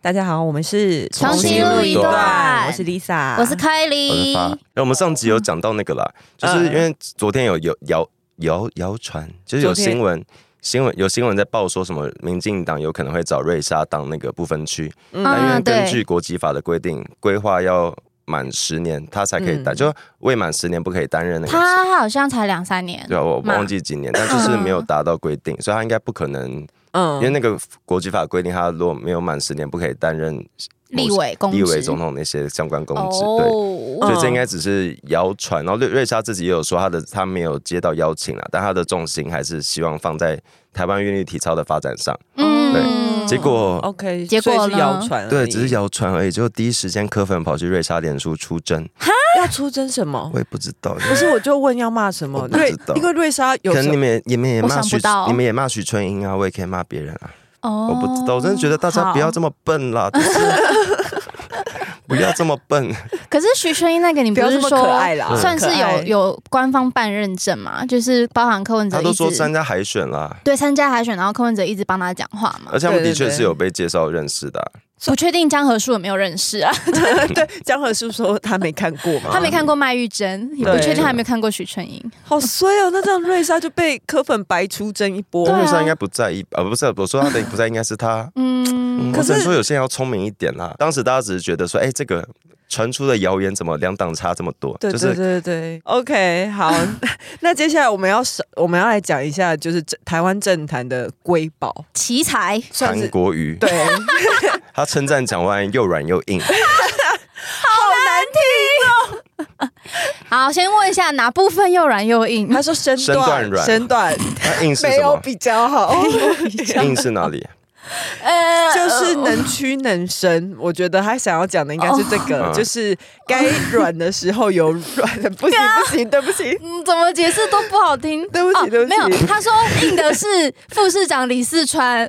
大家好，我们是重新录一段我是 Lisa，我是凯我是莉，发。哎，我们上集有讲到那个啦，就是因为昨天有有谣谣谣传，就是有昨天新闻。新闻有新闻在报说什么，民进党有可能会找瑞莎当那个不分区，但因为嗯，根对，据国籍法的规定，规划要满十年，他才可以担，嗯就未满十年不可以担任那个。他好像才两三年，对啊，我嘛忘记几年，但就是没有达到规定，所以他应该不可能，嗯因为那个国籍法规定，他如果没有满十年，不可以担任立委公职立委、总统那些相关公职。对，哦，所以嗯这应该只是谣传。然后瑞瑞莎自己也有说，她的她没有接到邀请了，但她的重心还是希望放在台湾韵律体操的发展上。嗯对结果 OK，结果所以是呢谣传而已，对，只是谣传而已。就第一时间柯粉跑去瑞莎脸书出征，要出征什么？我也不知道，不是，我就问要骂什么我？不瑞知道，因为瑞莎有可什能你么们也你们也我骂想许不到你们也骂许春英啊，我也可以骂别人啊，哦我不知道，我真的觉得大家不要这么笨啦，就是 不要这么 笨。好可是徐春英那个，你不不要是这么说可爱啦，算是可爱有有官方办认证嘛？就是包含柯文哲他一直，都说参加海选啦，对参加海选，然后柯文哲一直帮他讲话嘛而。且他们啊对对的确对是有被介绍认识的啊、不确定江河树有没有认识啊？ 对，江河是说他没看过啊嘛？ 他没看过麦玉珍，也不对确定他有没有看过许春英。好衰哦，那这样瑞莎就被柯粉白出征一波。但对瑞啊莎应该不在意啊，不是我说她的不在意，应该是她。嗯，嗯可我只是能说有些人要聪明一点啦。当时大家只是觉得说，哎、这个传出的谣言怎么两党差这么多？对就对是对对，OK，好， 那接下来我们要是我们要来讲一下，就是这台湾政坛的瑰宝，奇才，算韩是国瑜，对，好难他称赞蒋万安又软又 硬，听。哦 好，先问一下哪部分又软又硬？他说身 身段软身段他硬是没什有么？比较好， 硬是哪哎里？呃就是能屈能伸。我觉得他想要讲的应该是这个，哦就是该软的时候有软的，不行不行，对不 起，嗯，怎么解释都不好听。 哦对不起对不起没有，他说硬的是副市长李四川，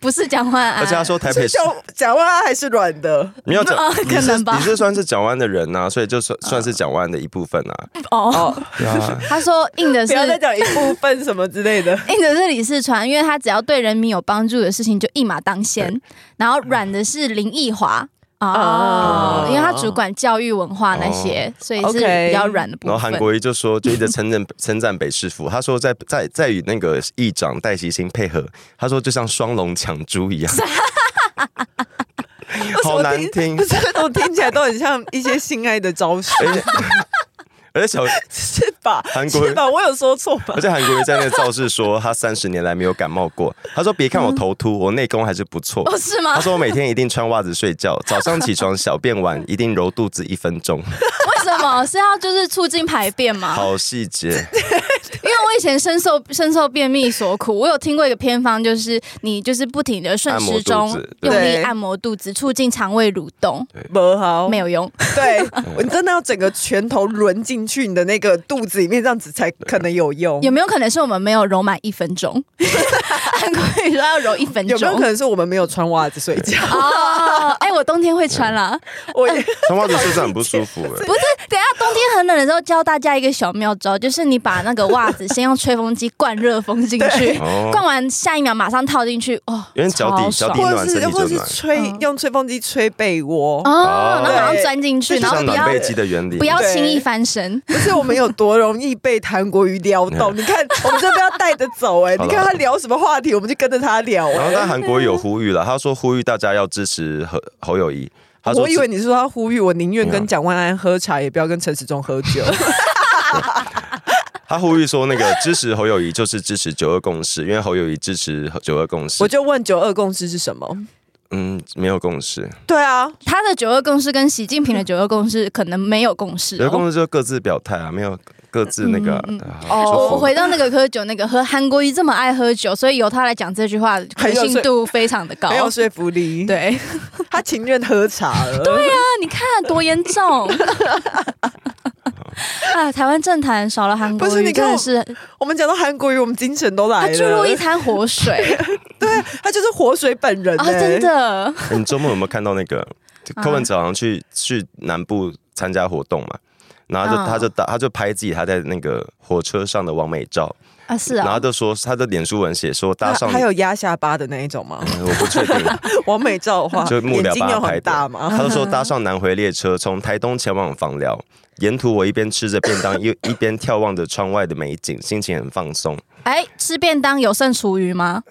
不是啊蒋万安。而且他说台北市就讲话还是软的。没有讲嗯，你可是能吧你是算是蒋万安的人呐、啊所以就算算是蒋万安的一部分啊。哦，哦，对啊，他说硬的不是要再讲一部分什么之类的。硬的是李四川，因为他只要对人民有帮助的事情就一马当先，然后软的是林奕华。哦，哦因为他主管教育文化那些，所以是 OK 比较软的部然后分。韩国瑜就说，就一直称赞 称赞北市府，他说在在在与那个议长戴其兴配合，他说就像双龙抢珠一样， 好难听不，是我听起来都很像一些性爱的招式，而且 而且小是吧？韩国是吧？我有说错吧而？且韩国瑜在那个造势说，他三十年来没有感冒过。他说：“别看我头秃，我内功还是不错。嗯哦，是”吗 他？说：“我每天一定穿袜子睡觉，早上起床小便 完一定揉肚子一分钟。为什么是要就是促进排便”吗？好细 节，因为我以前深受深受便秘所苦，我有听过一个偏方，就是你就是不停的顺时按钟摩肚子用对哦力按摩肚子，促进肠胃蠕动，不好，没有。有用。对， 我真的要整个拳头抡进去你的那个肚子里面，这样子才可能有用。有没有可能是我们没有揉满一分 钟？韩国语说要揉一分有没有钟可。能是我们没有穿袜子睡觉？哦， 哎、我冬天会穿啦。我也穿袜子睡觉很不舒服、欸。不是，等一下冬天很冷的时候，教大家一个小妙招，就是你把那个袜子先用吹风机灌热风进 去，灌哦，完下一秒马上套进去，哦，因为脚底超爽脚底或暖是身体或就是暖吹嗯用吹风机吹被窝，哦，然后马上对钻进去，就然后像不暖要被机的原理。不要对轻易翻身。不是我们有多容易被韩国瑜撩动？你看，我们这边要带着走哎，嗯好你了看他聊什么话题，我们就跟着他聊然后，哎。但韩国瑜有呼吁了，他说呼吁大家要支持侯侯友谊。他说啊我以为你是说他呼吁我宁愿没跟有蒋万安喝茶，也不要跟陈时中喝 酒。他呼吁说，那个支持侯友谊就是支持九二共识，因为侯友谊支持九二共识我。就问九二共识是什么？嗯，没有共识。对啊，他的九二共识跟习近平的九二共识可能没有共识、有的公哦。司就各自表态啊，没有各自那个嗯嗯啊哦说我服回到那个喝酒那个喝，韩国瑜这么爱喝酒，所以由他来讲这句话，可很有信度非常的高没。有说服力。，对，啊他情愿喝茶 了。对那你看多严重啊！台湾政坛少了韩国不是你瑜，看真我的是我们讲到韩国瑜，我们精神都来他了。注入一滩活水他就是活水本人啊！哎真。的，哎你周末有没有看到那个就柯文哲好像去去南部参加活动嘛？然后他就、嗯他就打他就拍自己他在那个火车上的完美照，啊，是然后啊，就说他的脸书文写说搭那上啊哎还有压下巴的那一种 吗？我不确定，完美照的话，就幕眼僚睛帮有他很拍大的。吗？他就说搭上南回列车，从台东前往访寮，沿途我一边吃着便当，一一边眺望着窗外的美景，心情很放松。哎，吃便当有剩厨余吗？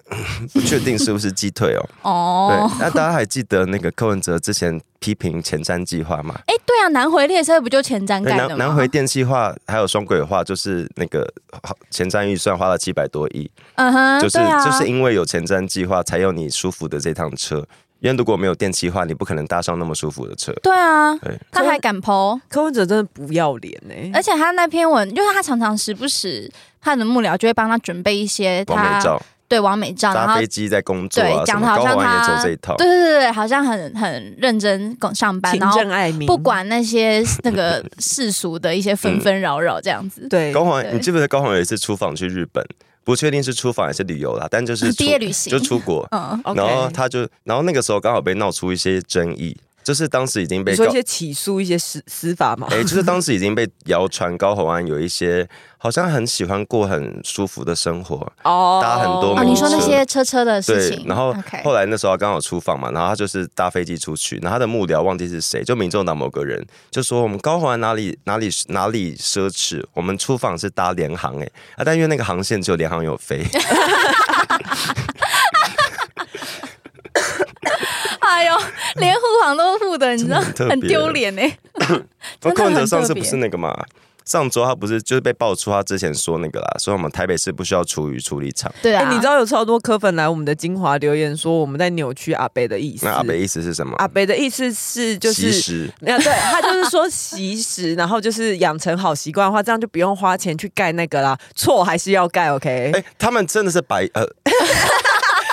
不确定是不是鸡腿哦。哦，对，那大家还记得那个柯文哲之前批评前瞻计划吗？哎，对啊，南回列车不就前瞻盖的吗？南南回电气化还有双轨化，就是那个呃前瞻预算花了七百多亿，嗯哼，就是、对啊就是因为有前瞻计划，才有你舒服的这趟车。因为如果没有电气化，你不可能搭上那么舒服的车。对啊对，他还敢剖，柯文哲真的不要脸哎、而且他那篇文，就是他常常时不时他的幕僚就会帮他准备一些完美他照，对完美照，然搭后飞机在工作啊，对什讲么得好高像华安也他走这一套。对对对，对好像很很认真上班，勤然后政爱民，不管那些那 个世俗的一些纷纷扰扰这样子。对高华，你对记不记得高华有一次出访去日本？不确定是出访还是旅游啦，但就是出毕业旅行就出国，嗯， ，OK 然后他就，然后那个时候刚好被闹出一些争议，就是当时已经你被说告一，些起诉一些司司法嘛？哎、就是当时已经被谣传高洪安有一些好像很喜欢过很舒服的生活，哦搭很多哦，没你说错那些车车的事对情，，然后 OK，后来那时候刚好出访嘛，然后他就是搭飞机出去，然后他的幕僚忘记是谁，就民众党某个人就说我们高洪安哪里哪里哪里奢侈，我们出访是搭联航哎、啊，但因为那个航线只有联航有飞，哎呦，连护航都护的，你知道真的很特别很丢脸欸呢。那真的柯文哲很上特次别不是那个嘛？上周他不是就是被爆出他之前说那个啦，说我们台北市不需要厨余处理厂。对哎、啊，你知道有超多柯粉来我们的精华留言说我们在扭曲阿北的意思。那阿北意思是什么？啊阿北的意思是就其是。实那对他就是说习食，然后就是养成好习惯的话，这样就不用花钱去盖那个啦。错还是要盖，OK？、哎、他们真的是白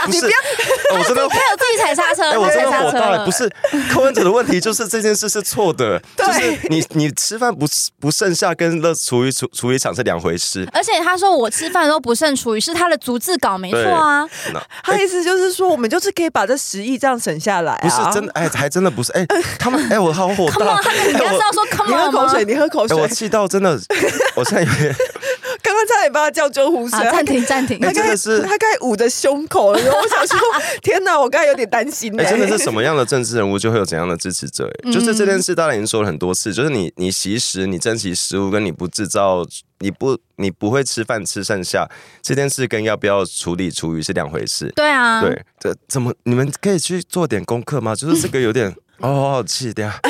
呃，不是，呃我真的。他有自己踩刹车，哎、我他真的踩刹火车大了，了！不是柯文哲的问题，就是这件事是错 的，就是你你吃饭不不剩下跟乐厨余处处理厂是两回事。而且他说我吃饭都不剩厨余，是他的逐字稿没错啊。那他的意思就是说，我们就是可以把这十亿这样省下来、啊。不是真的，哎、还真的不是，哎、他们，哎、我好 火 Come 大 on，，他们人家哎是我要说 Come 你 on 喝口吗水，你喝口哎、水。我气到 真的，我现在有点刚刚差点帮他叫救护车。啊，暂 停暂停他哎，刚真才的是他刚才捂着胸口了，我想说， 天哪，我刚才有点担心、欸。哎、真的是什么样的政治人物就会有怎样的支持者、嗯欸就是这件事，当然已经说了很多次，就是你你习食，你珍惜食物，跟你不制造，你不你不会吃饭吃剩下这件事，跟要不要处理厨余是两回事。对啊，对，这怎么你们可以去做点功课吗？就是这个有点 哦，好好气的呀。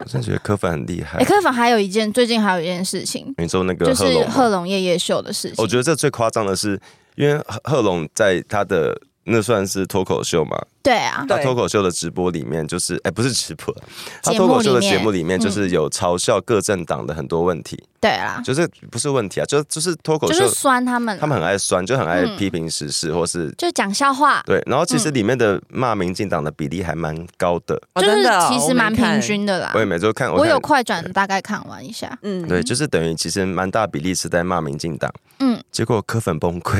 我真的觉得柯粉很厉害哎，。柯粉还有一件，最近还有一件事情，你说那个就贺是龙吗，哦贺龙夜夜秀的事我情。觉得这最夸张的是，因为贺贺龙在他的那算是脱口秀嘛，对啊，对他脱口秀的直播里面，就是哎、不是直播，他节目脱里面口秀的节目里面，嗯就是有嘲笑各政党的很多问题，对啊，就是不是问题啊，就就是脱口就秀，是酸他们，他们很爱酸，就很爱嗯批评时事，或是就讲笑话，对。然后其实里面的骂民进党的比例还蛮高的，哦？啊就真是的哦其实蛮平。均的啦我。也每周看，啊我看有快转，大概看完一下。我没看嗯，对，就是等于其实蛮大比例是在骂民进党，嗯，结果柯粉崩溃，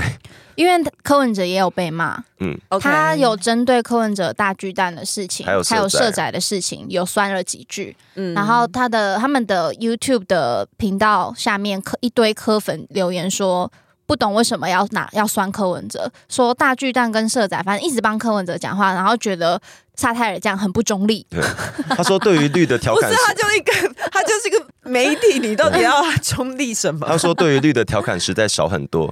因为柯文哲也有被骂，嗯， OK 他有针对柯文哲大巨蛋的事情，还有社宅社宅的事情，有酸了几句。嗯然后他的他们的 YouTube 的频道下面柯一堆柯粉留言说。不懂为什么要拿要酸柯文哲，说大巨蛋跟社宅，反正一直帮柯文哲讲话，然后觉得萨泰尔这样很不中立。他说对于绿的调不侃是是。他就一个，他就是一个媒体，你到底要他中立什么他？说：“对于绿的调侃实在少很多，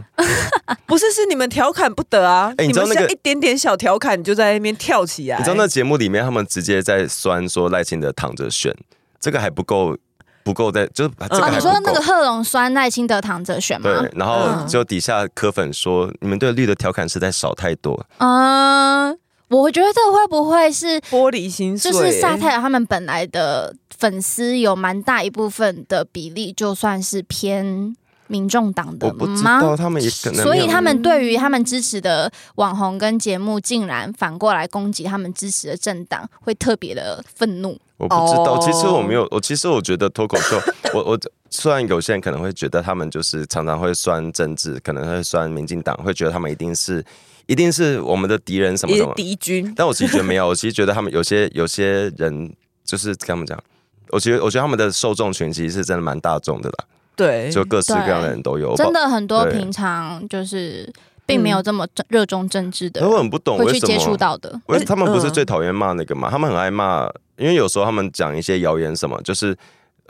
不是，是你们调侃不得啊！哎你知道们那个像一点点小调侃，你就在那边跳起来。你知道那节目里面，他们直接在酸说赖清德躺着选，这个还不够，不够在就是这个哦，还你不够。说那个贺龙酸赖清德躺着选吗对？，然后嗯就底下柯粉说，你们对绿的调侃实在少太多。嗯，我觉得会不会是玻璃心碎，欸就是萨泰尔他们本来的粉丝有蛮大一部分的比例，就算是偏民众党我的不知道嗯吗？他们也可能所没有，以他们对于他们支持的网红跟节目，竟然反过来攻击他们支持的政党，会特别的愤怒。我不知道。哦其实我没有，我其实我觉得脱口秀， 我我虽然有些人可能会觉得他们就是常常会酸政治，可能会酸民进党，会觉得他们一定是一定是我们的敌人什么也什是么。敌军。但我其实觉得没有，我其实觉得他们有些有些人就是跟他们讲，我觉得我觉得他们的受众群其实是真的蛮大众的啦，对，就各式各样的人都有。真的很多对嗯平常就是并没有这么正热衷政治的我，我很不懂会为去什接触么。啊到的。为他们不是嗯最讨厌骂那个嘛？他们很爱骂，因为有时候他们讲一些谣言什么，就是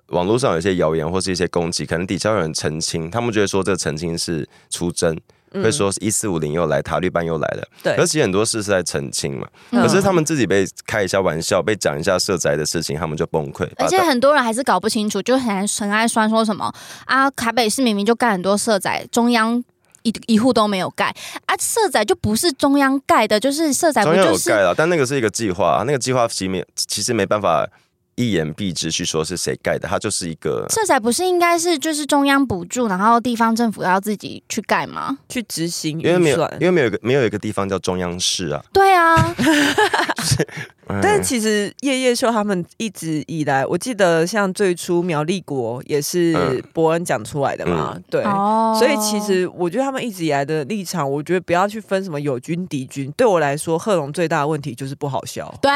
网络上有一些谣言或是一些攻击，可能底下有人澄清，他们就会说这澄清是出征，嗯会说一四五零又来，塔利班又来了。对而，且很多事是在澄清嘛，嗯可是他们自己被开一下玩笑，被讲一下社宅的事情，他们就崩溃。啊而且把很多人还是搞不清楚，就很爱很爱酸说什么啊，台北市明明就盖很多社宅，中央一一户都没有盖啊，社宅就不是中央盖的，就是社宅不中央就有盖啊是了，但那个是一个计划，啊那个计划其实没其实没办法一言蔽之去说是谁盖的，它就是一个社宅不是应该是就是中央补助，然后地方政府要自己去盖吗？去执行因为预没有算因。为没有一个没有一个地方叫中央市啊。对啊，嗯但其实夜夜秀他们一直以来，我记得像最初苗栗国也是嗯伯恩讲出来的嘛，对。哦所以其实我觉得他们一直以来的立场，我觉得不要去分什么友军敌军。对我来说，贺龙最大的问题就是不好笑。对，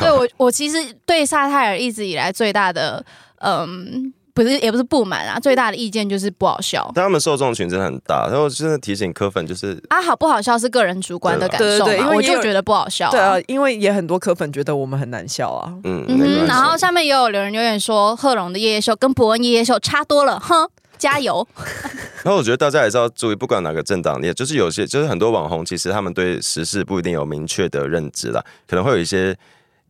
对我我其实对沙泰尔一直以来最大的嗯。不是，也不是不满啊，最大的意见就是不好笑但他们受众群真的很大，然后真的提醒柯粉就是啊，好不好笑是个人主观的感对啊受对对对嘛，因为我也有就觉得不好笑、对啊，，因为也很多科粉觉得我们很难笑啊。嗯，嗯没关哼，系然后下面也有留言留言说，贺龙的夜夜秀跟伯恩夜夜秀差多了，哼，加油！然后我觉得大家也是要注意，不管哪个政党，也就是有些就是很多网红，其实他们对时事不一定有明确的认知啦，可能会有一些。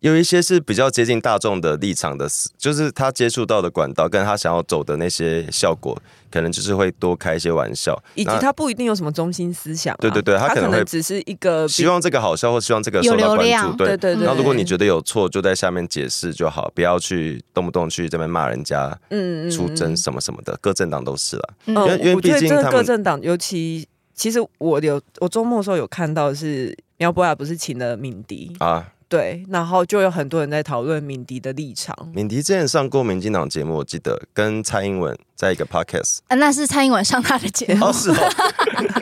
有一些是比较接近大众的立场的，就是他接触到的管道跟他想要走的那些效果，可能就是会多开一些玩笑，以及那他不一定有什么中心思想啊、对对对他他可能会只是一个希望这个好笑或希望这个受有到流关注，量啊对对。对对。然后如果你得觉得有错，就在下面解释就好，不要去动不动去这边骂人家嗯出征什么什么的，各政党都是啦。嗯因为因为我觉得毕竟这个他们各政党，尤其其实我有我周末的时候有看到是苗博雅不是请了敏迪，啊，对，然后就有很多人在讨论敏迪的立场。敏迪之前上过民进党节目，我记得跟蔡英文在一个 podcast。啊那是蔡英文上他的节 目，哦，是哦，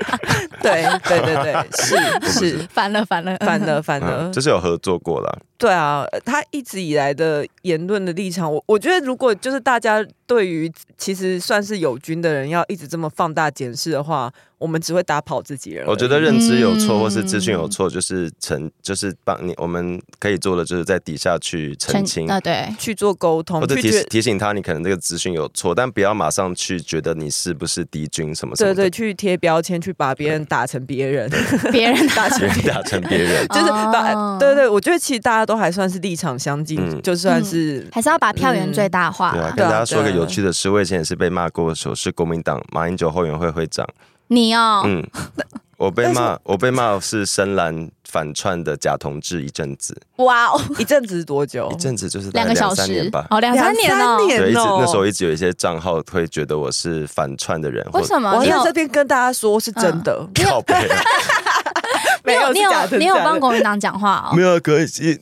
对对对 对，是是。烦了烦了，反了反了，嗯，就是有合作过啦。对啊，呃他一直以来的言论的立场，我我觉得如果就是大家对于其实算是友军的人要一直这么放大检视的话，我们只会打跑自己人而已。我觉得认知有错，嗯或是资讯有错，就是澄，嗯就是帮你，我们可以做的就是在底下去澄清，啊对，去做沟通或，者去提觉醒提醒他，你可能这个资讯有错，但不要马上去觉得你是不是敌军什么什对么对，，的去贴标签，去把别人打成别人，别人打成别 打成别 人。就是把、哦对对，我觉得其实大家都还算是立场相近，嗯就算 是、还是要把票源最大化对啊，啦。跟大对啊家说个对啊有趣的事，我以前也是被骂过，说是国民党马英九后援会会长，你哦，嗯，我被但是骂，我被骂是深蓝反串的假同志一阵子，哇哦，一阵子多久一？阵子就是大两概个小呃两三时年吧，。哦，两三年哦两三，年对，一直哦那时候一直有一些账号会觉得我是反串的人，或为什么？我你在有这边跟大家说是真的，靠背啊没有你有是假的你有是假的帮国民党讲话哦 没？有可以，一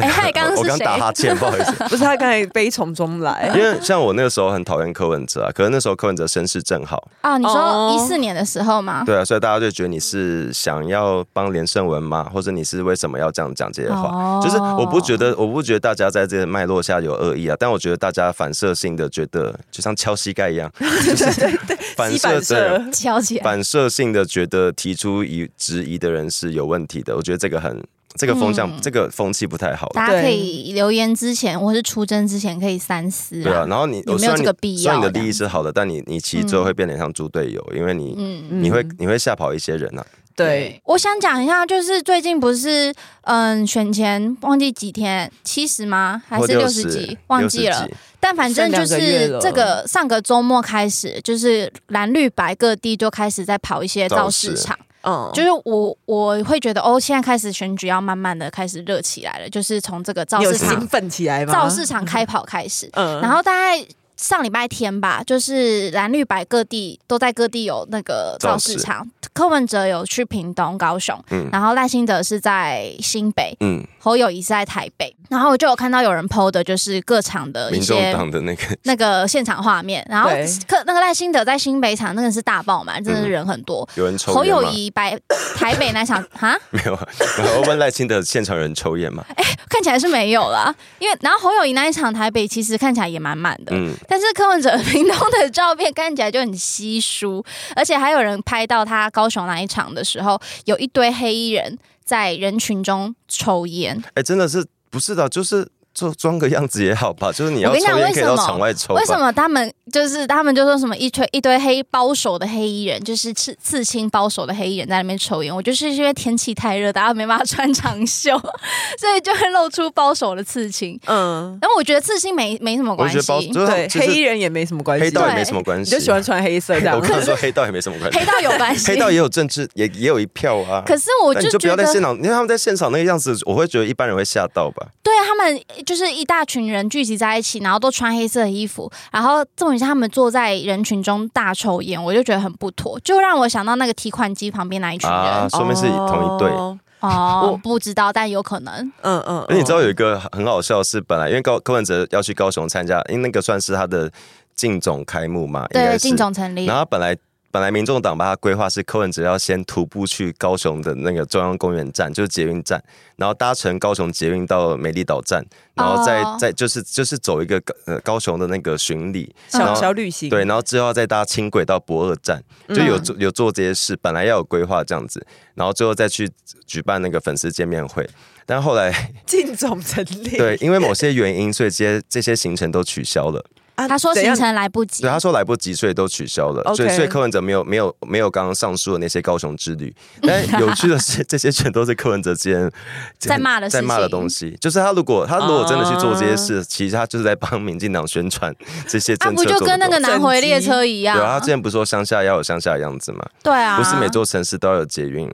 哎，嗨，刚刚我是刚谁？ 打哈欠，不好意思。不是他刚才悲从中来因。为像我那个时候很讨厌柯文哲啊，可是那时候柯文哲身世正好，啊，你说哦一四年的时候 吗？对啊，所以大家就觉得你是想要帮连胜文吗？或者你是为什么要这样讲这些话？哦就是我不觉得，我不觉得大家在这个脉络下有恶意啊，但我觉得大家反射性的觉得，就像敲膝盖一 样，就是 反西射反的射，敲起来，反射性的觉得提出疑质疑的人是有问题的。我觉得这个很，这个风向，嗯这个风气不太好。大家可对以留言之前或是出征之前可以三思对啊，然后你有没有虽然这你个必虽要然你这的样利益是好的，但你你其实最后会变得像猪队友，因为你、嗯。嗯你会你会吓跑一些人啊。对，我想讲一下，就是最近不是嗯选前忘记几天，七十吗？还或是六十60几？忘记了。 60但反正就剩两个月是了这个上个周末开始，就是蓝绿白各地就开始在跑一些造势造势场。嗯，就是我我会觉得哦，现在开始选举要慢慢的开始热起来了，就是从这个造你有势兴场奋起来吗？造势场开跑开始。嗯，然后大概上礼拜天吧，就是蓝绿白各地都在各地有那个造市场柯文哲有去屏东、高雄，嗯然后赖清德是在新北，嗯，侯友谊是在台北。然后我就有看到有人 PO 的，就是各场的呃一民众些党的 那个，那个现场画面。然后对柯那个赖清德在新北场那个是大爆满，真的是嗯人很多。有人抽侯烟友吗？谊白 台北那场 哈， 没有啊， 我问赖清德现场有人抽烟吗？看起来是没有啦，因为然后侯友谊那一场台北其实看起来也满满的，嗯，但是柯文哲 屏东的照片看起来就很稀疏，而且还有人拍到他高雄那一场的时候，有一堆黑衣人在人群中抽烟。哎、真的是不是的，就是做装个样子也好吧，就是你我要跟你讲抽烟可以为什么到场外抽吧为。什么他们就是他们就说什么一推一堆黑包手的黑衣人，就是刺刺青包手的黑衣人在那边抽烟？我就是因为天气太热，大家没办法穿长袖， 所以就会露出包手的刺青。嗯，然后我觉得刺青没没什么我关觉系得，包就是对，其实黑衣人也没什么关系，黑道也对没什么关你系，啊就喜欢穿黑色这样 我。看说黑道也没什么关系黑，道有关系， 黑道也有政治，也也有一票啊。可是我但你就就不觉要在得现场，因为他们在现场那个样子，我会觉得一般人会吓到吧。对啊，他们就是一大群人聚集在一起，然后都穿黑色的衣服，然后重点是他们坐在人群中大抽烟，我就觉得很不妥，就让我想到那个提款机旁边那一群人。啊，说明是同一队。哦哦，我不知道，但有可能。嗯嗯，而且你知道哦嗯有一个很好笑的是，本来因为高柯文哲要去高雄参加，因为那个算是他的进总开幕嘛，应该对，是进总成立然。后他本来本来民众党把他规划是柯文哲要先徒步去高雄的那个中央公园站，就是捷运站，然后搭乘高雄捷运到美丽岛站，然后再、哦再就是就是走一个高呃高雄的那个巡礼，然小后小旅行，对，然后之后再搭轻轨到博二站，就有嗯做有做这些事，本来要有规划这样子，然后最后再去举办那个粉丝见面会。但后来，进总成立， 对，因为某些原因，所以这些这些行程都取消了。啊他说怎行样程来不及对，，他说来不及，所以都取消了。 OK 所以，所以柯文哲没有没有没有刚刚上述的那些高雄之旅。但有趣的是， 这些全都是柯文哲之前在骂的事在骂的情哦东西。就是他如果他如果真的去做这些啊事，其实他就是在帮民进党宣传这些啊，政策不做的就东西。跟那个南回列车一样？对啊，他之前不是说乡下要有乡下的样子吗？对啊，不是每座城市都要有捷运。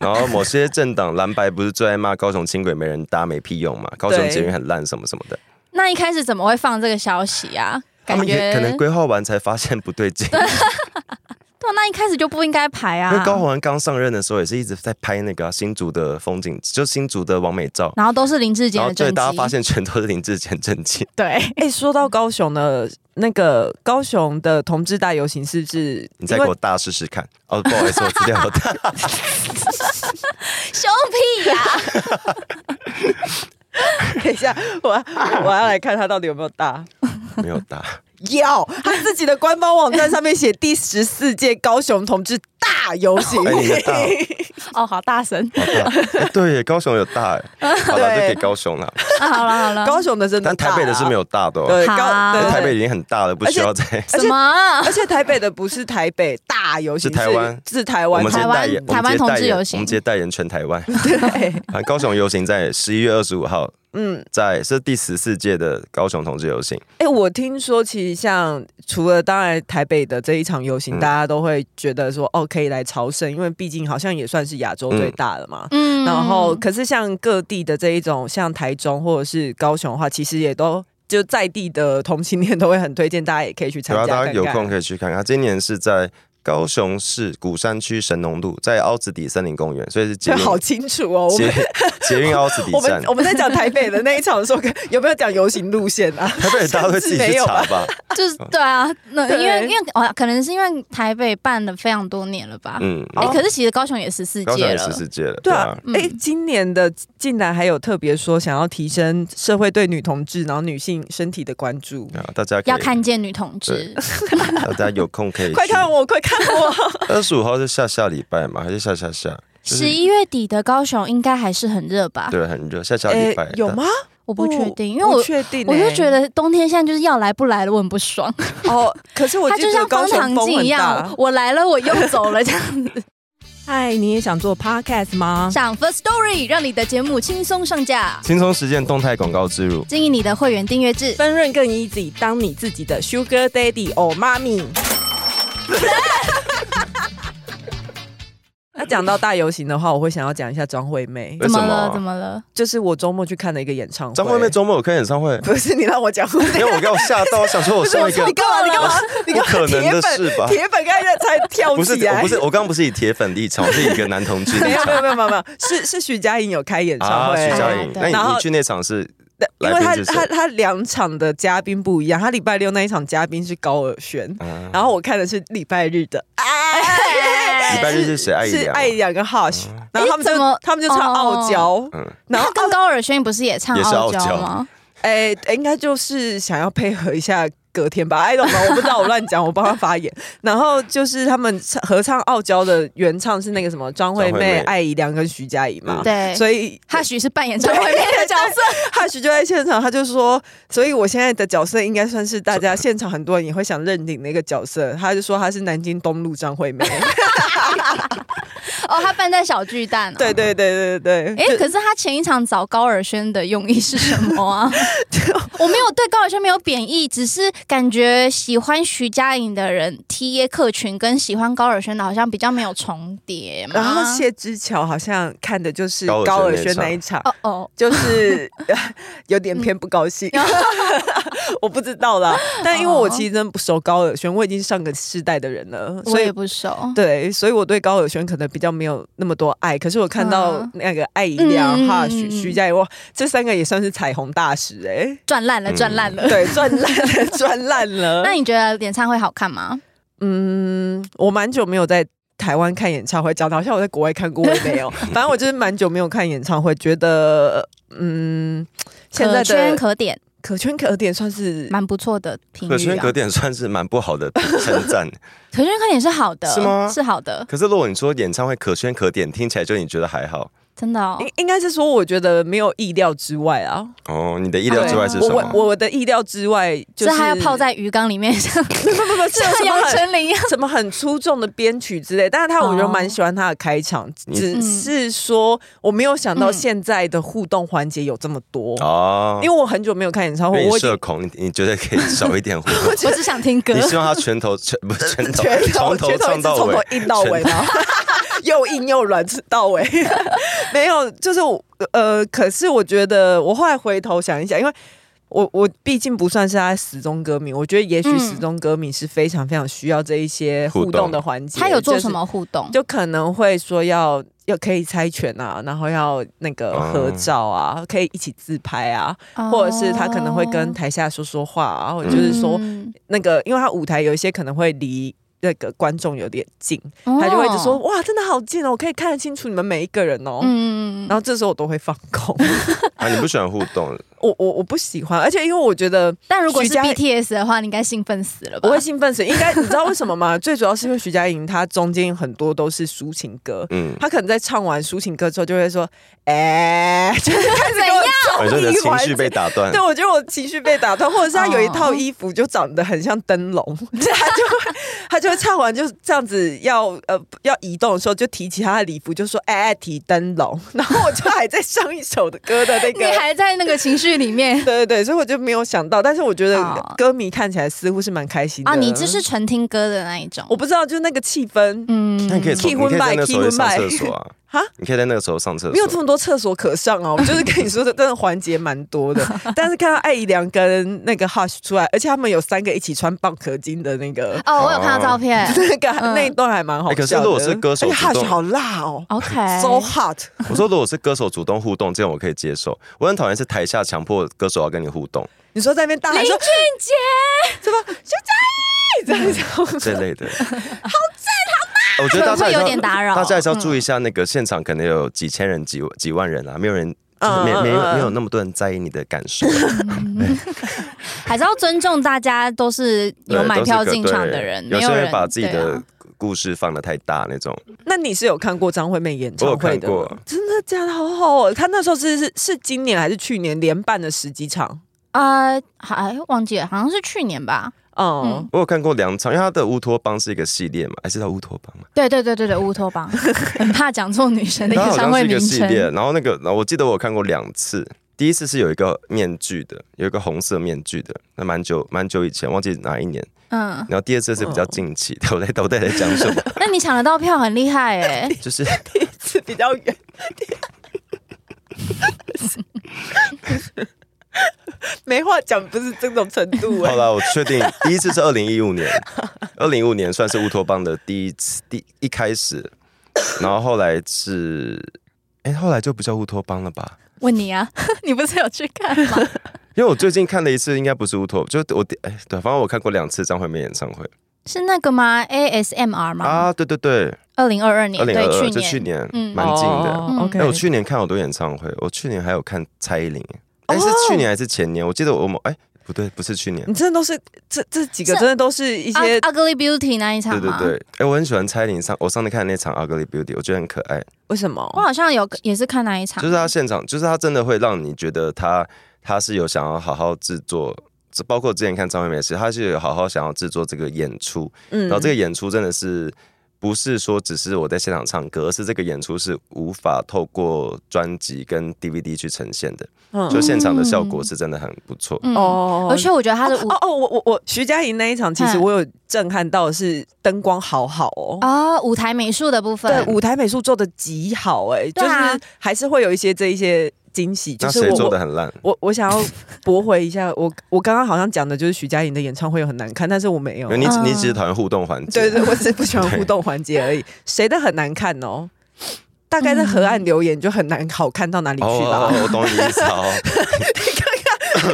然后某些政党蓝白不是最爱骂高雄轻轨没人搭没屁用嘛，高雄对捷运很烂什么什么的。那一开始怎么会放这个消息啊？他感们也觉可能规划完才发现不对劲。对，啊那一开始就不应该排因啊为。高宏安刚上任的时候，也是一直在拍那个啊、新竹的风景，就新竹的完美照。然后都是林志然坚后的对政大家发绩，现全都是林志坚政绩， 对，哎、说到高雄的那个高雄的同志大游行，是不是？你再因给为我大试试看。哦，不好意思，我资料好大。凶屁呀！等一下，我我要来看他到底有没有大。没有大。有，他自己的官方网站上面写第十四届高雄同志大游行。哎，你的大哦，哦，好大声好 大。哎对耶，高雄有大耶，好了，就给高雄了。啊！好了好了， 高雄的真的、但台北啊的是没有。有大的哦，对，好高对台北已经很大了，不需要再。而且什么啊？而且台北的不是台北大游行，是台湾是是台我湾们直接台湾代言，我台们湾直接同代志言，游我行们直接代言全台湾。对，啊，高雄游行在十一月二十五号， 嗯，在是第十四届的高雄同志游行。哎、我听说其实像除了当然台北的这一场游行，嗯大家都会觉得说哦可以来朝圣，因为毕竟好像也算是亚洲最嗯大了嘛。嗯然后，可是像各地的这一种，像台中或者是高雄的话，其实也都就在地的同性恋都会很推荐，大家也可以去参对啊，加大看家看。有 空可以去看看。它今年是在高雄市鼓山区神农路，在凹子底森林公园，所以是捷这 运好清楚哦，我们 捷捷运凹子底我站们。我们在讲台北的那一场的时候，有没有讲游行路线 啊？台北人大家会自己去查吧？就是对啊，那对因为因为哦，可能是因为台北办了非常多年了吧。嗯，哎、哦可是其实高雄也十四高雄届也十了，四届了，哎对对啊啊，，嗯哎、今年的竟然还有特别说想要提升社会对女同志然后女性身体的关注。对啊大家可要以，看见女同志。大家有空可以去。快看我，快看我！二十五号是下下礼拜嘛，还是下下下？啊就是十一月底的高雄应该还是很热吧？对，很热， 下下礼拜啊哎有？吗？我不确定，因为不我。确定欸、我就觉得冬天现在就是要来不来了，我很不爽。哦，可是我 它记就得像高方雄糖风镜很一大样，。我来了我又走了，这样子。嗨，你也想做 podcast 吗？上 First Story 让你的节目轻松上架，轻松实践动态广告之路。经营你的会员订阅制。分润更 easy，当你自己的 sugar daddy 或妈咪。 那讲到大游行的话，我会想要讲一下张惠妹，为怎什么了？怎么了？就是我周末去看的一个演唱会。张惠妹周末有开演 ，唱会不是你让我讲，因为我给我吓到，我想 说我上一个你干嘛？你干嘛？你不干可嘛？能铁的粉事吧？铁粉刚才才 跳不是，起来，我不是，我刚刚不是以铁粉立场，我是以一个男同志没 立有场没有没有没有没有，是是徐佳莹有开演唱啊。会，徐佳啊莹，那对然你后你去那场是对因为来他宾是谁他他两场的嘉宾不一样，他礼拜六那一场嘉宾是高尔宣，嗯然后我看的是礼拜日的，啊哎礼拜日是谁？啊艾怡是良艾怡良跟 Hush，然后啊他们诶怎么就他们就唱傲娇，嗯然后他跟高尔宣不是也唱也是傲傲娇娇吗？哎、哎应该就是想要配合一下隔天吧，I don't know，我不知道，我乱讲，我帮他发言。然后就是他们唱合唱《傲娇》的原唱是那个什么张惠张惠妹、妹艾怡良跟徐佳莹嘛，对，所以哈许是扮演张惠妹的角色，哈许就在现场，他就说，所以我现在的角色应该算是大家现场很多人也会想认领那个角色，他就说他是南京东路张惠妹，哦，他扮在小巨蛋、哦。对对对对对哎、对，可是他前一场找高尔宣的用意是什么啊？ 我没有对高尔宣没有贬义，只是感觉喜欢徐佳莹的人 T A 客群跟喜欢高尔宣的好像比较没有重叠嘛。然后谢之桥好像看的就是高尔宣高尔那一宣场那一场，哦哦， 就是有点偏不高兴， 我不知道啦。但因为我其实真的不熟高尔宣，我已经上个世代的人了，我所以也不熟。 对，所以我对高尔宣可能比较没有那么多爱。可是我看到嗯那个艾怡良、嗯哈嗯徐嗯徐佳莹，哇，这三个也算是彩虹大使哎、赚烂了，嗯赚烂了。对，赚烂了，赚烂了 那。你觉得演唱会好看吗？嗯，我蛮久没有在台湾看演唱会，讲的好像我在国外看过，我也没 有。反正我就是蛮久没有看演唱会，觉得嗯，现在可的圈可点，可圈可点算是蛮不错的评语、啊。可圈可，点 算是蛮不好的称赞，可圈可点是好的，是吗好的，可是如果你说演唱会可圈可点，听起来就你觉得还好真的哦。应应该是说，我觉得没有意料之外啊。哦。你的意料之外是我什我么？我的意料之外就这是还要 泡在鱼缸里面，像不不不不是像什么杨很丞 琳一样。什么很出众的编曲之类，但是他我觉得哦蛮喜欢他的开场，哦你嗯只是说我没有想到现在的互动环节有这么多，哦，因为我很久没有看演唱因会，为我你已经社恐，你你觉得可以少一点互 动。我只想听歌你。希望他拳头拳不是拳头全从头全唱从到头尾，硬到尾吗？ 又硬又软到尾， 没有，就是我呃，可是我觉得我后来回头想一想，因为。我我毕竟不算是他死忠歌迷，我觉得也许嗯死忠歌迷是非常非常需要这一些互互动动的环节。他有做就是什么互动？就可能会说要要可以猜拳啊，然后要那个合照啊，可以一起自拍啊，哦或者是他可能会跟台下说说话啊，或者就是说、嗯那个，因为他舞台有一些可能会离。那个观众有点近，他就会一直说：“哦哇，真的好近哦，我可以看得清楚你们每一个人哦。嗯，然后这时候我都会放空， 啊，你不喜欢互动，我我我不喜欢，而且因为我觉得但如果是徐佳 BTS 的话，你应该兴奋死了吧？我会兴奋死，应该你知道为什么吗？最主要是因为徐佳莹她中间很多都是抒情歌， 嗯，他可能在唱完抒情歌之后就会说：“哎、 就是开始给我我转觉得哎哦你的移情环绪境。被打断对，。我觉得我情绪被打断，或者是他有一哦套衣服就长得很像灯笼， 他就会他就会唱完就这样子要呃要移动的时候就提起他的礼服，就说哎哎提灯笼， 然后我就还在上一首的歌的那你个，还在那个情绪里面 对对对，所以我就没有想到，但是我觉得哦歌迷看起来似乎是蛮开心的啊？你就是纯听歌的那一种。我不知道，就是那个气氛，嗯 那你可以从气你昏可以在那时候去上败厕气昏所啊，哈。你可以在那个时候上厕所。啊没有这么多厕所可上啊！我就是跟你说的，真的环节蛮多的。但是看到艾怡良跟那个 Hush 出来，而且他们有三个一起穿蚌壳金的那个，。哦，我有看到照片 那个、嗯那一段还蛮好笑哎的。可是如果是歌手而且主动 Hush 好辣哦 OK， ，so hot。 我说，如果是歌手主动互动，这样我可以接受。我很讨厌是台下强迫歌手要跟你互 动你说在那边大喊林说俊杰，这样子，这类的，好正好我觉得大家会也有是点要打扰。大家还是要嗯注意一下，那个现场可能有几千人、几几万人啊，没有人。嗯没没嗯嗯有没有那么多人在意你的感 受， 还是要尊重大家都是有对买都是票个进对场的人，有没些人人把自己对的啊故事放的太大那种，那你是有看过张惠妹演唱会的吗？我有看过真的假的？好好哦！她那时候是是是今年还是去年连办了十几场？呃，还忘记了，好像是去年吧。嗯，我有看过两场，因为他的乌托邦是一个系列嘛，还是叫乌托邦嘛？啊对对对对对，乌 托邦，很怕讲错女生的它演好唱像会是一名个系列，称。然后那个，然后我记得我有看过两次。第一次是有一个面具的，有一个红色面具的，那蛮久蛮久以前，忘记哪一年。嗯，然后第二次是比较近期 的，我在我在在讲什 么？那你抢得到票很厉害哎、 就是第一次比较远。 没话讲，不是这种程度哎、好了，我确定第一次是二零一五年，二零一五年算是乌托邦的第一次，第一开始，然后后来是，哎、后来就不叫乌托邦了吧？问你啊， 你不是有去看吗？ 因为我最近看了一次，应该不是乌托，就我第哎、对，反正我看过两次张惠妹演唱会是那个吗？ASMR 吗？啊，对对对，二零二二年，二零二二对，就年，去年，嗯蛮近的。哦嗯 OK，、哎、我去年看好多演唱会，我去年还有看蔡依林，哎、是去年还是前年？我记得我某哎、不对，不是去年你，真的都是这这几个是真的都是一些啊 Ugly Beauty 那一场对对吗？对，哎、我很喜欢蔡依林上，我上次看那场《Ugly Beauty》，我觉得很可爱，为什我么？好像有也是看那一场，就是她现场，就是她真的会让你觉得她她是有想要好好制作。这包括之前看张惠妹也是，她是有好好想要制作这个演出，嗯然后这个个演出真的是不是说只是我在现场唱歌，而是这个演出是无法透过专辑跟 DVD 去呈现的，嗯就现场的效果是真的很不错。嗯，哦而且我觉得他的舞哦哦，我我我徐佳莹那一场，其实嗯我有震撼到的是灯光好好哦。啊、舞台美术的部分，对，舞台美术做的极好哎、就对啊是还是会有一些这一些惊喜。就那是谁我做我的很烂？我我想要驳回一下，我我刚刚好像讲的就是徐佳莹的演唱会有很难看，但是我没有啊因为。你只嗯你只是讨厌互动环节，对对，我只是不喜欢互动环节而已。谁的很难看哦？大概在河嗯岸留言就很难好看到哪里哦，去哦吧。 哦我懂你意思哦。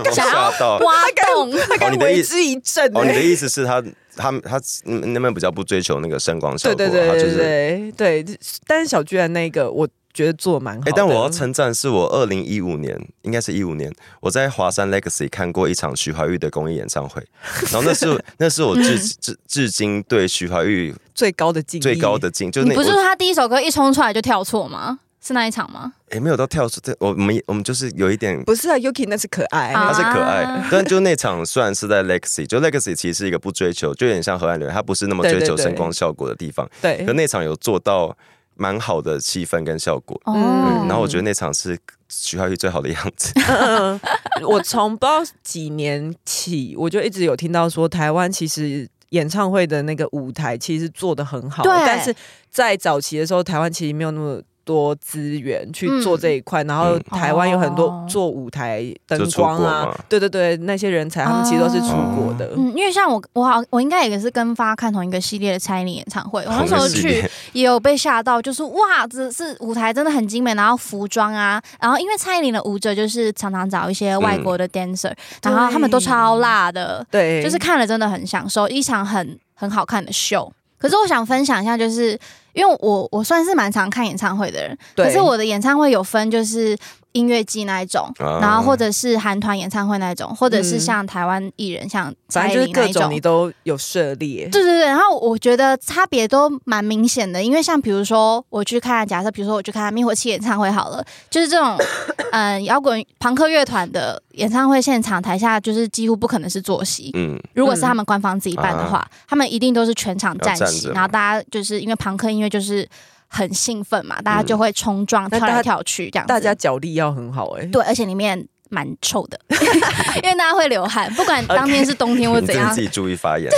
我想要吓到。挖洞，他哦刚你的为意之一振哦，你的哎。意思是他他他嗯那边比较不追求那个声光效欸对果，对对啊他就对是。对对对，但是小巨人那个我觉得做得蛮好哎的。，但我要称赞是我二零一五年，应该是一五年，我在华山 Legacy 看过一场徐怀钰的公益演唱会，然后那是那是我 至至至今对徐怀钰最高的敬意最高的敬，就是你那不是我说他第一首歌一冲出来就跳错吗？是那一场吗？哎没有到跳出，这我我们我们就是有一点不是啊，Yuki 那是可爱。他啊是可爱啊，但就那场虽然是在 Lexi，就 Lexi 其实是一个不追求，就有点像河岸留言，它不是那么追对对求对声光效果的地方。对可，那场有做到蛮好的气氛跟效果，哦，嗯然后我觉得那场是徐怀钰最好的样子。嗯，我从不知道几年起，我就一直有听到说，台湾其实演唱会的那个舞台其实做的很好，对但是在早期的时候，台湾其实没有那么。多资源去做这一块，然后嗯台湾有很多哦做舞台灯就出光国啊嘛，哦对对对，那些人才他们其实都是出国的，嗯，因为像我，我好，我应该也是跟发看同一个系列的蔡依林演唱 会。我哦那时候同一个系列去也有被吓到，就是哇，这是舞台真的很精美，然后服装啊，然后因为蔡依林的舞者就是常常找一些外国嗯的 dancer，、然后他们都超辣的，对，就是看了真的很享受，一场很很好看的秀。可是我想分享一下，就是因为我我算是蛮常看演唱会的人，对可是我的演唱会有分就是音乐季那一种，啊然后或者是韩团演唱会那一种，或者是嗯像台湾艺人、像反蔡正依就林是那各一种种你。都有涉猎，对对对，然后我觉得差别都蛮明显的，因为像比如说我去看，假设比如说我去看灭火器演唱会好了，就是这种嗯摇滚朋克乐团的演唱会现场，台下就是几乎不可能是坐席，嗯，啊如果是他们官方自己办的话，他们一定都是全场站要站起，着嘛然后大家就是因为朋克音乐就是很兴奋嘛，大家嗯就会冲撞、那跳大家来跳去这样子。大家脚力要很好哎、对，而且里面蛮臭的， 因为大家会流汗，不管当天是冬天或啊你怎真的样自己注意发 言。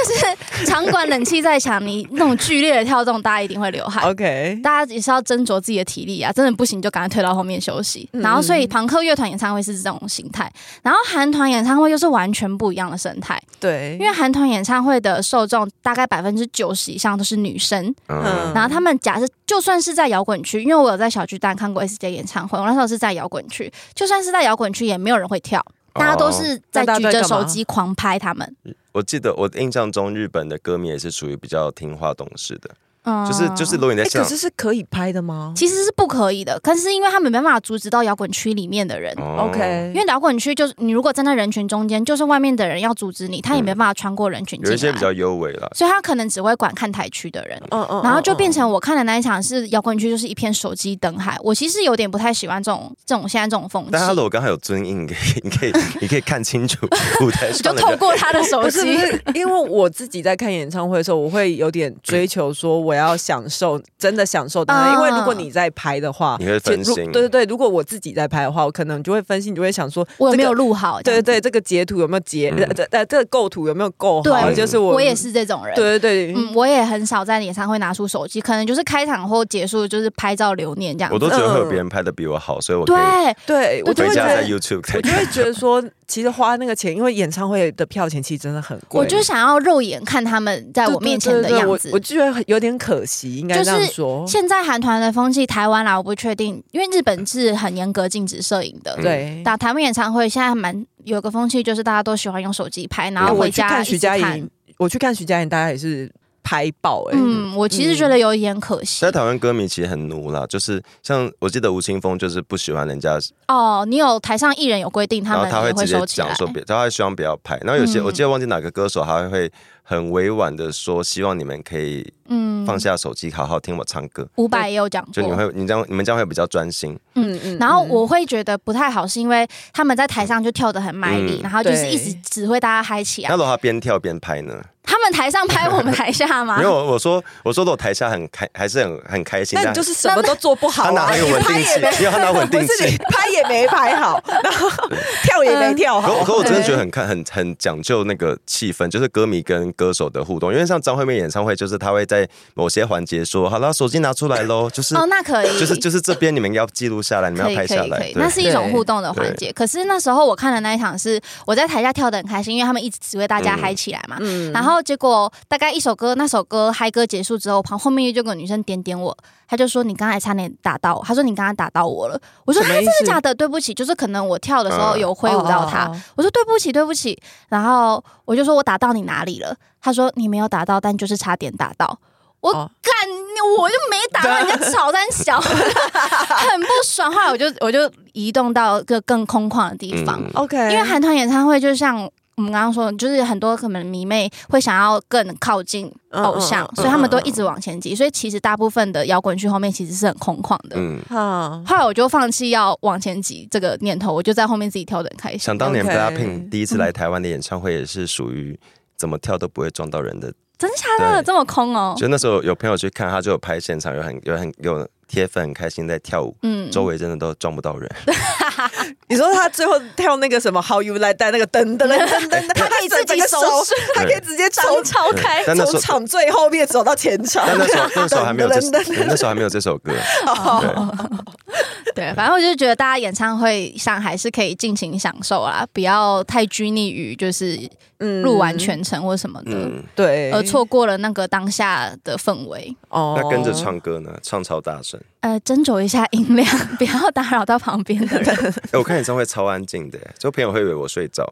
场馆冷气再强，你那种剧烈的跳动，大家一定会流汗。哦，OK，大家也是要斟酌自己的体力啊，真的不行就赶快退到后面休息。嗯然后，所以朋克乐团演唱会是这种形态，然后韩团演唱会又是完全不一样的生态。对，因为韩团演唱会的受众大概百分之九十以上都是女生，嗯，然后他们假设就算是在摇滚区，因为我有在小巨蛋看过 S J 演唱会，我那时候是在摇滚区，就算是在摇滚区也没有人会跳，大家都哦。是在举着手机狂拍他们，我记得我印象中日本的歌迷也是属于比较听话懂事的，嗯就是就是，如果你在哎、现可场是是可以拍的吗其实是不可以的，可是因为他们没办法阻止到摇滚区里面的人。哦？OK，因为摇滚区就是你如果站在人群中间，就是外面的人要阻止你，他也没办法穿过人群进有来，一些比较哦优美啦，所以他可能只会管看台区的人。嗯嗯然后就变成我看的那一场是摇滚区，就是一片手机灯海。我其实有点不太喜欢这种这种现在这种风气但，他如果刚好有尊印，你可以你可以你可以看清楚舞台就上的透人。 过他的手不是不机。是，因为我自己在看演唱会的时候，我会有点追求，说我我要享受，真的享受当然，嗯因为如果你在拍的话，你会分心就如对对对，如果我自己在拍的话，我可能就会分心，就会想说，我有没有这个？录好？对对对，这个截图有没有截？嗯呃这呃这个构图有没有构好？对就是这样我，子，我也。是这种人。对对对，嗯，我也很少在演唱会拿出手机，可能就是开场或结束就是拍照留念这样我子。都觉得会有嗯别人拍的比我好，所以我可以对，对，我就回会觉家在得， YouTube 看我就会觉得说，其实花那个钱，因为演唱会的票钱其实真的很贵。我就想要肉眼看他们在对我面前的对对对样我子我。觉得有点可惜，应该就是这样说。现在韩团的风气，台湾啦，我不确定，因为日本是很严格禁止摄影的。对，打台湾演唱会现在蛮有个风气，就是大家都喜欢用手机拍，然哎后我回去家看一徐直佳看莹。，我去看徐佳莹，大家也是拍爆哎、嗯，我其实觉得有一点可惜在。台湾歌迷其实很奴啦，就是像我记得吴青峰就是不喜欢人家，哦，你有台上艺人有规定，他然后们他也会直接收起讲来。说别，他会希望不要拍。然后有些、嗯我记得忘记哪个歌手，他会很委婉的说，希望你们可以嗯，放下手机，好好听我唱歌。伍佰也有讲就你过。会，你这样，你们这样会比较专心。嗯嗯然后我会觉得不太好，是因为他们在台上就跳得很卖力，嗯然后就是对一直指挥大家嗨起那来如。果他边跳边拍呢？他们台上拍，我们台下吗 没？有，我说我说，如果台下很开，还是很很开心。那你但就是什么都做不好、他啊，拿那个你稳拍定也器没，因为他拿稳不定是你器。拍也没拍 好，然后跳也嗯没跳可好。可我真的觉得啊对很看很很讲究那个气氛，就是歌迷跟歌手的互动。因为像张惠妹演唱会，就是她会在某些环节说：“好了，手机拿出来 喽。”就是、哦，那可以，就是就是这边你们要记录下来，你们要可以拍可下以来。可以，对那是一种互动的环节。可是那时候我看的那一场是我在台下跳的很开心，因为他们一直指挥大家嗨起来嘛。嗯然后结果大概一首歌，那首歌嗨歌结束之后，旁后面就有个女生点点我，她就说你刚才差点打到我，她说你刚刚打到我了。我说什她么真意思的假的？对不起，就是可能我跳的时候嗯有 挥舞到她。哦哦哦我说对不起对不起，然后我就说我打到你哪里了？她说你没有打到，但就是差点打到。我哦干、我就没打到人家吵三 小，很不爽。后来我就我就移动到一个更空旷的地方，哦嗯哦 OK，因为韩团演唱会就像我们刚刚说的，就是很多可能迷妹会想要更靠近偶嗯像，嗯嗯所以他们都一直往前挤。所以其实大部分的摇滚区后面其实是很空旷的。嗯，啊，后来我就放弃要往前挤这个念头，我就在后面自己跳的很开心想。当年 OK BLACKPINK 第一次来台湾的演唱会也是属于。怎么跳都不会撞到人的，真的假的？对这么空哦？就那时候有朋友去看，他就有拍现场，有很有很有铁粉很开心在跳舞，嗯，周围真的都撞不到人。你说他最后跳那个什么 How You Like That 那个噔噔噔 噔噔，他可以自己整个手手，他可以直接张从超对开。但那时从候场最后面走到前场。但那时候 那时候还没有这，噔噔噔对那时候还没有这首歌。对， 对，反正我就觉得大家演唱会上还是可以尽情享受啦，不要太拘泥于就是嗯录完全程或什么 的，嗯，对，而错过了那个当下的氛围。哦那跟着。唱歌呢？唱超大声。呃，斟酌一下音量， 不要打扰到旁边的 人。哎、我看演唱会超安静的，就朋友会以为我睡着，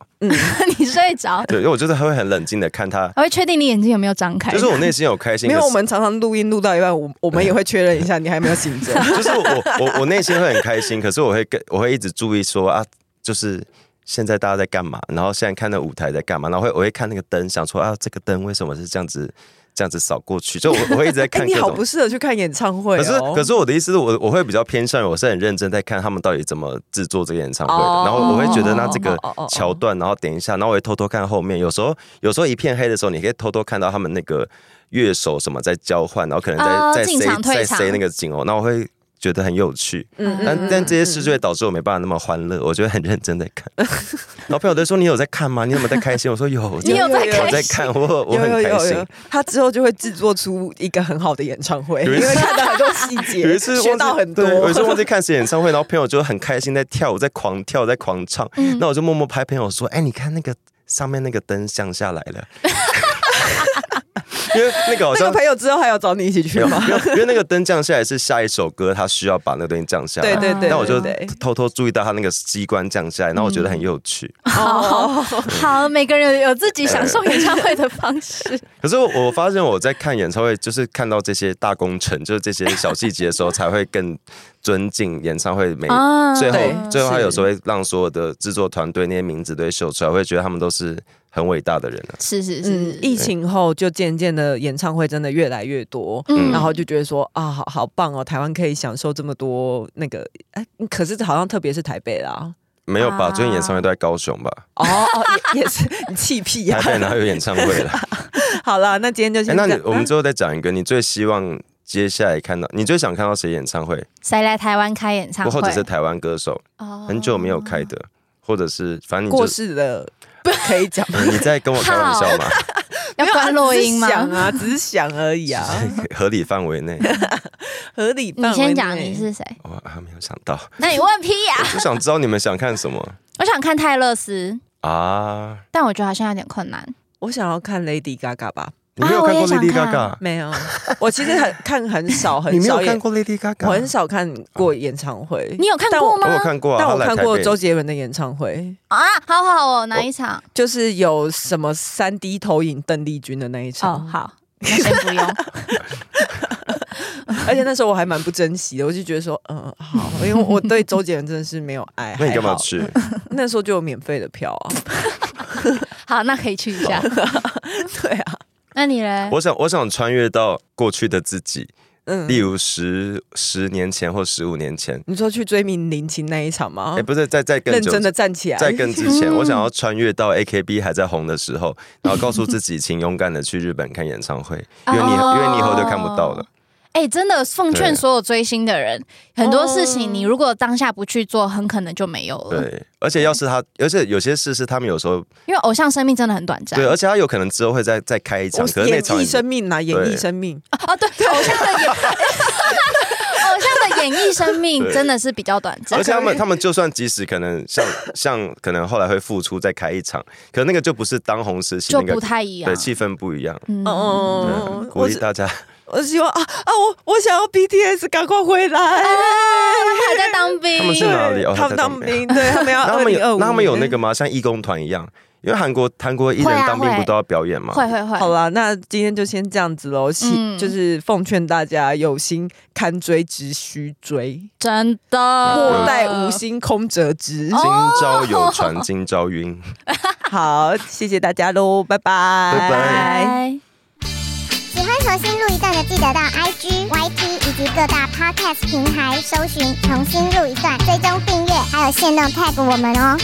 你睡着，对，因为我就是会很冷静的 看他，我会确定你眼睛有没有张开。就是我内心有开心，没有，可我是们常常录音录到一半，我我们也会确认一下你还没有醒着。就是我我我内心会很开心，可是我会跟我会一直注意说啊，就是。现在大家在干嘛？然后现在看那舞台在干嘛？然后会我会看那个灯，想说啊，这个灯为什么是这样子这样子扫过去？就我我会一直 在哎， 看你各好种不适合去看演唱会可是哦。可是我的意思是我我会比较偏向于我是很认真在看他们到底怎么制作这个演唱会的，哦然后我会觉得那这个哦哦哦哦桥段，然后点一下，然后我会偷偷看后面，有时候有时候一片黑的时候，你可以偷偷看到他们那个乐手什么在交换，然后可能在、哦在进塞场退在场塞那个景哦，那我会。觉得很有趣，嗯但但这些事就会导致我没办法那么欢乐，我就会很认 真在看。然后朋友都说：“你有在看吗？你有没有在开心？”我说：“有，我今你天有在有开我在心看，我我有有很开有心有。，他之后就会制作出一个很好的演唱会，因有一次为看到很多细节，有一次忘记学到很多对。有一次忘记看谁演唱会，然后朋友就很开心在跳舞，在狂跳，在狂唱。那我就默默拍朋友说：“哎、你看那个上面那个灯降下来了。” 因为那个好那个像朋友之后还要找你一起去没有，吗？因为因为那个灯降下来是下一首歌，他需要把那个东西降下来。对对对，那我就对对偷偷注意到他那个机关降下来，然后我觉得很有趣。好好，每个人有自己享受演唱会的方 式。可是我我发现我在看演唱会，就是看到这些大工程，就是这些小细节的时候，才会更尊敬演唱会每啊哎最后嗯对最后他是有时候会让所有的制作团队那些名字都会秀出来，我会觉得他们都是很伟大的人啊。是是嗯是，，疫情后就渐渐的演唱会真的越来越多，嗯然后就觉得说啊，好好棒哦，台湾可以享受这么多那个，哎，可是好像特别是台北啦，没有吧？啊最近演唱会都在高雄吧？哦哦，也也是 你气屁呀、 台北哪有演唱会了？好啦，那今天就哎，先那这你样。我们最后再讲一个，你最希望接下来看到，你最想看到谁演唱会，谁来台湾开演唱或会？或者是台湾歌手，哦很久没有开的，或者是反正你哦过就是世的可以 讲吗？你在跟我开玩笑嘛，要关录音吗 没？有啊只是想啊，只是想而已 啊，合理范围 内，合理范围你内。先讲你是谁？我还没有想到，那你问屁呀、就想知道你们想看什么我想看泰勒斯，啊？但我觉得好像有点困难。我想要看 Lady Gaga 吧？你没有啊看过我也想 Lady 看 Gaga？没有，啊我其实很看很少， 你很没有少看演，过 Lady 我很 Gaga？啊少看过演唱会。你有看但过我我有吗？看过啊，但我她来看台过北周杰伦的演唱会，啊，好好哦，哪一场？就是有什么三 D 投影邓丽君的那一场哦，，好，那先不用。而且那时候我还蛮不珍惜的，我就觉得说，嗯，好，因为我对周杰伦真的是没有爱。 那你干嘛还好？去？那时候就有免费的票啊。 好，那可以去一下。对啊，那你嘞？我想，我想穿越到过去的自己，嗯，例如十十年前或十五年前，你说去追名林琴那一场吗哎、？不是，在在哦更认久真的站起来，哦在更之 前，嗯我想要穿越到 AKB 还在红的时候，然后告诉自己，请勇敢的去日本看演唱会，因为你、哦因为你以后就看不到了。哎、真的奉对劝所有追星的人，很多事情哦你如果当下不去做，很可能就没有了。对，而且要是他，而且有些事是他们有时候因为偶像生命真的很短暂。对，而啊且他有可能之后会再再开一场，可我是那演场艺也生命啊，演艺生命，哦，对，偶像的演， 偶像的演艺生命真的是比较短暂而。且他们他们就算即使可能 像像可能后来会复出再开一场，可那个就不是当红时期就那个不太一样对。气氛不一样。嗯嗯嗯嗯嗯，嗯，鼓我励是大家我希望啊啊，我我想要 BTS 赶快回来，还 在当兵，他们是对哦哪里哦他们在当东北兵，对他们要 那他二们零二有五，那他们有那个。吗？像义工团一样，因为韩国韩国艺人会啊当兵不会都要表演吗？会啊会会，好啦，那今天就先这样子喽。希、嗯就是奉劝大家，有心堪追之须追，真的，莫待嗯无。心空折枝。今朝哦有船今朝晕。好，谢谢大家喽，拜拜拜拜。喜欢重新录一段的，记得到 IG、YT 以及各大 Podcast 平台搜寻“重新录一段”，追踪订阅，还有限定 tag 我们哦。